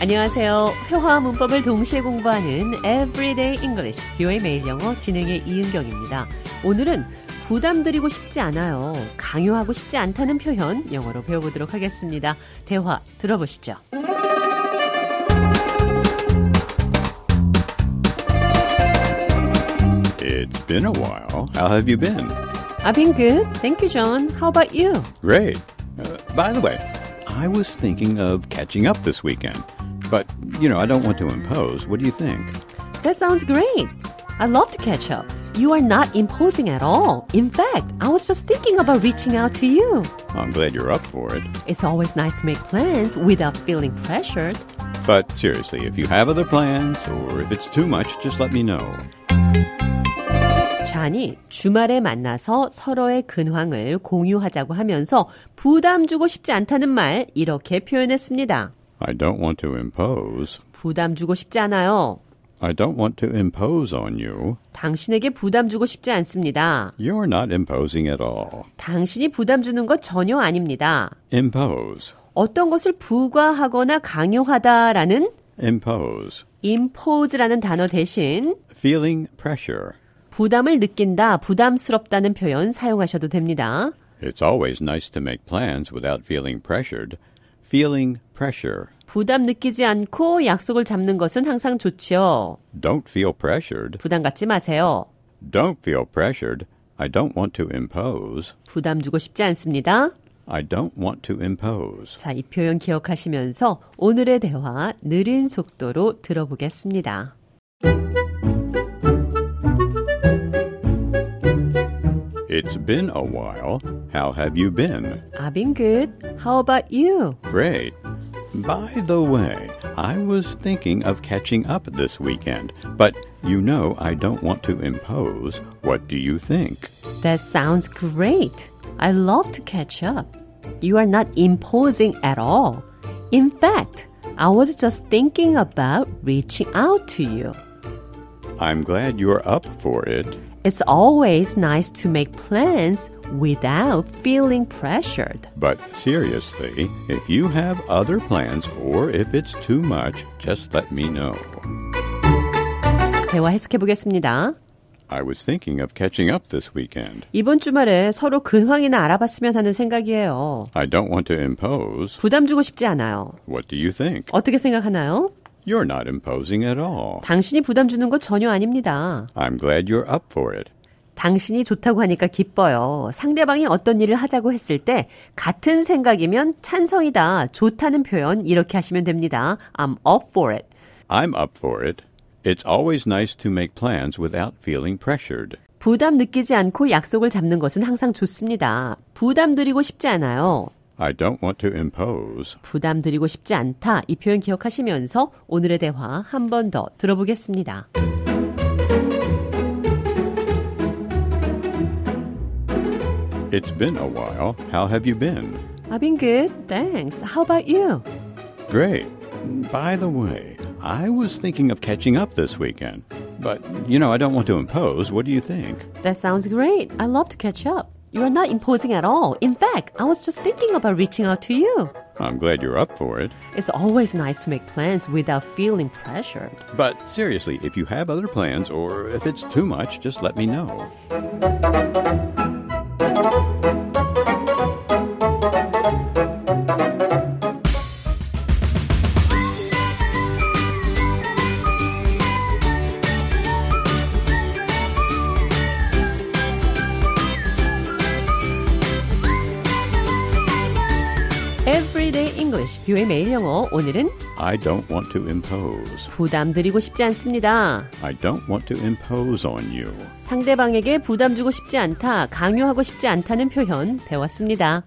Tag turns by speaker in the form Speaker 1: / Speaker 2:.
Speaker 1: 안녕하세요. 회화와 문법을 동시에 공부하는 Everyday English, 뷰의 매일 영어 진행의 이은경입니다. 오늘은 부담 드리고 싶지 않아요. 강요하고 싶지 않다는 표현 영어로 배워보도록 하겠습니다. 대화 들어보시죠.
Speaker 2: It's been a while. How have you been?
Speaker 1: I've been good. Thank you, John. How about you?
Speaker 2: Great. Uh, by the way, I was thinking of catching up this weekend, but you know, I don't want to impose. What do you think?
Speaker 1: That sounds great. I'd love to catch up. You are not imposing at all. In fact, I was just thinking about reaching out to you.
Speaker 2: I'm glad you're up for it.
Speaker 1: It's always nice to make plans without feeling pressured.
Speaker 2: But seriously, if you have other plans or if it's too much, just let me know.
Speaker 1: 잔이 주말에 만나서 서로의 근황을 공유하자고 하면서 부담 주고 싶지 않다는 말 이렇게 표현했습니다.
Speaker 2: I don't want to impose.
Speaker 1: 부담 주고 싶지 않아요.
Speaker 2: I don't want to impose on you.
Speaker 1: 당신에게 부담 주고 싶지 않습니다.
Speaker 2: You're not imposing at all.
Speaker 1: 당신이 부담 주는 것 전혀 아닙니다.
Speaker 2: Impose.
Speaker 1: 어떤 것을 부과하거나 강요하다라는
Speaker 2: Impose.
Speaker 1: impose라는 단어 대신
Speaker 2: Feeling pressure.
Speaker 1: 부담을 느낀다, 부담스럽다는 표현 사용하셔도 됩니다.
Speaker 2: It's always nice to make plans without feeling pressured. Feeling pressure.
Speaker 1: 부담 느끼지 않고 약속을 잡는 것은 항상 좋지요.
Speaker 2: Don't feel pressured.
Speaker 1: 부담 갖지 마세요.
Speaker 2: Don't feel pressured. I don't want to impose.
Speaker 1: 부담 주고 싶지 않습니다.
Speaker 2: I don't want to impose.
Speaker 1: 자, 이 표현 기억하시면서 오늘의 대화 느린 속도로 들어보겠습니다.
Speaker 2: It's been a while. How have you been?
Speaker 1: I've been good. How about you?
Speaker 2: Great. By the way, I was thinking of catching up this weekend, but you know I don't want to impose. What do you think?
Speaker 1: That sounds great. I love to catch up. You are not imposing at all. In fact, I was just thinking about reaching out to you.
Speaker 2: I'm glad you're up for it.
Speaker 1: It's always nice to make plans without feeling pressured.
Speaker 2: But seriously, if you have other plans or if it's too much, just let me know.
Speaker 1: 대화 해석해 보겠습니다.
Speaker 2: I was thinking of catching up this weekend.
Speaker 1: 이번 주말에 서로 근황이나 알아봤으면 하는 생각이에요.
Speaker 2: I don't want to impose.
Speaker 1: 부담 주고 싶지 않아요.
Speaker 2: What do you think?
Speaker 1: 어떻게 생각하나요?
Speaker 2: You're not imposing at all.
Speaker 1: 당신이 부담 주는 거 전혀 아닙니다.
Speaker 2: I'm glad you're up for it.
Speaker 1: 당신이 좋다고 하니까 기뻐요. 상대방이 어떤 일을 하자고 했을 때 같은 생각이면 찬성이다, 좋다는 표현 이렇게 하시면 됩니다. I'm up for it.
Speaker 2: I'm up for it. It's always nice to make plans without feeling pressured.
Speaker 1: 부담 느끼지 않고 약속을 잡는 것은 항상 좋습니다. 부담 드리고 싶지 않아요.
Speaker 2: I don't want to impose.
Speaker 1: 부담 드리고 싶지 않다. 이 표현 기억하시면서 오늘의 대화 한 번 더 들어보겠습니다.
Speaker 2: It's been a while. How have you been?
Speaker 1: I've been good. Thanks. How about you?
Speaker 2: Great. By the way, I was thinking of catching up this weekend, but you know, I don't want to impose. What do you think?
Speaker 1: That sounds great. I love to catch up. You are not imposing at all. In fact, I was just thinking about reaching out to you.
Speaker 2: I'm glad you're up for it.
Speaker 1: It's always nice to make plans without feeling pressured.
Speaker 2: But seriously, if you have other plans or if it's too much, just let me know.
Speaker 1: Everyday English, 뷰의 매일 영어. 오늘은
Speaker 2: I don't want to impose.
Speaker 1: 부담 드리고 싶지 않습니다.
Speaker 2: I don't want to impose on you.
Speaker 1: 상대방에게 부담 주고 싶지 않다, 강요하고 싶지 않다는 표현 배웠습니다.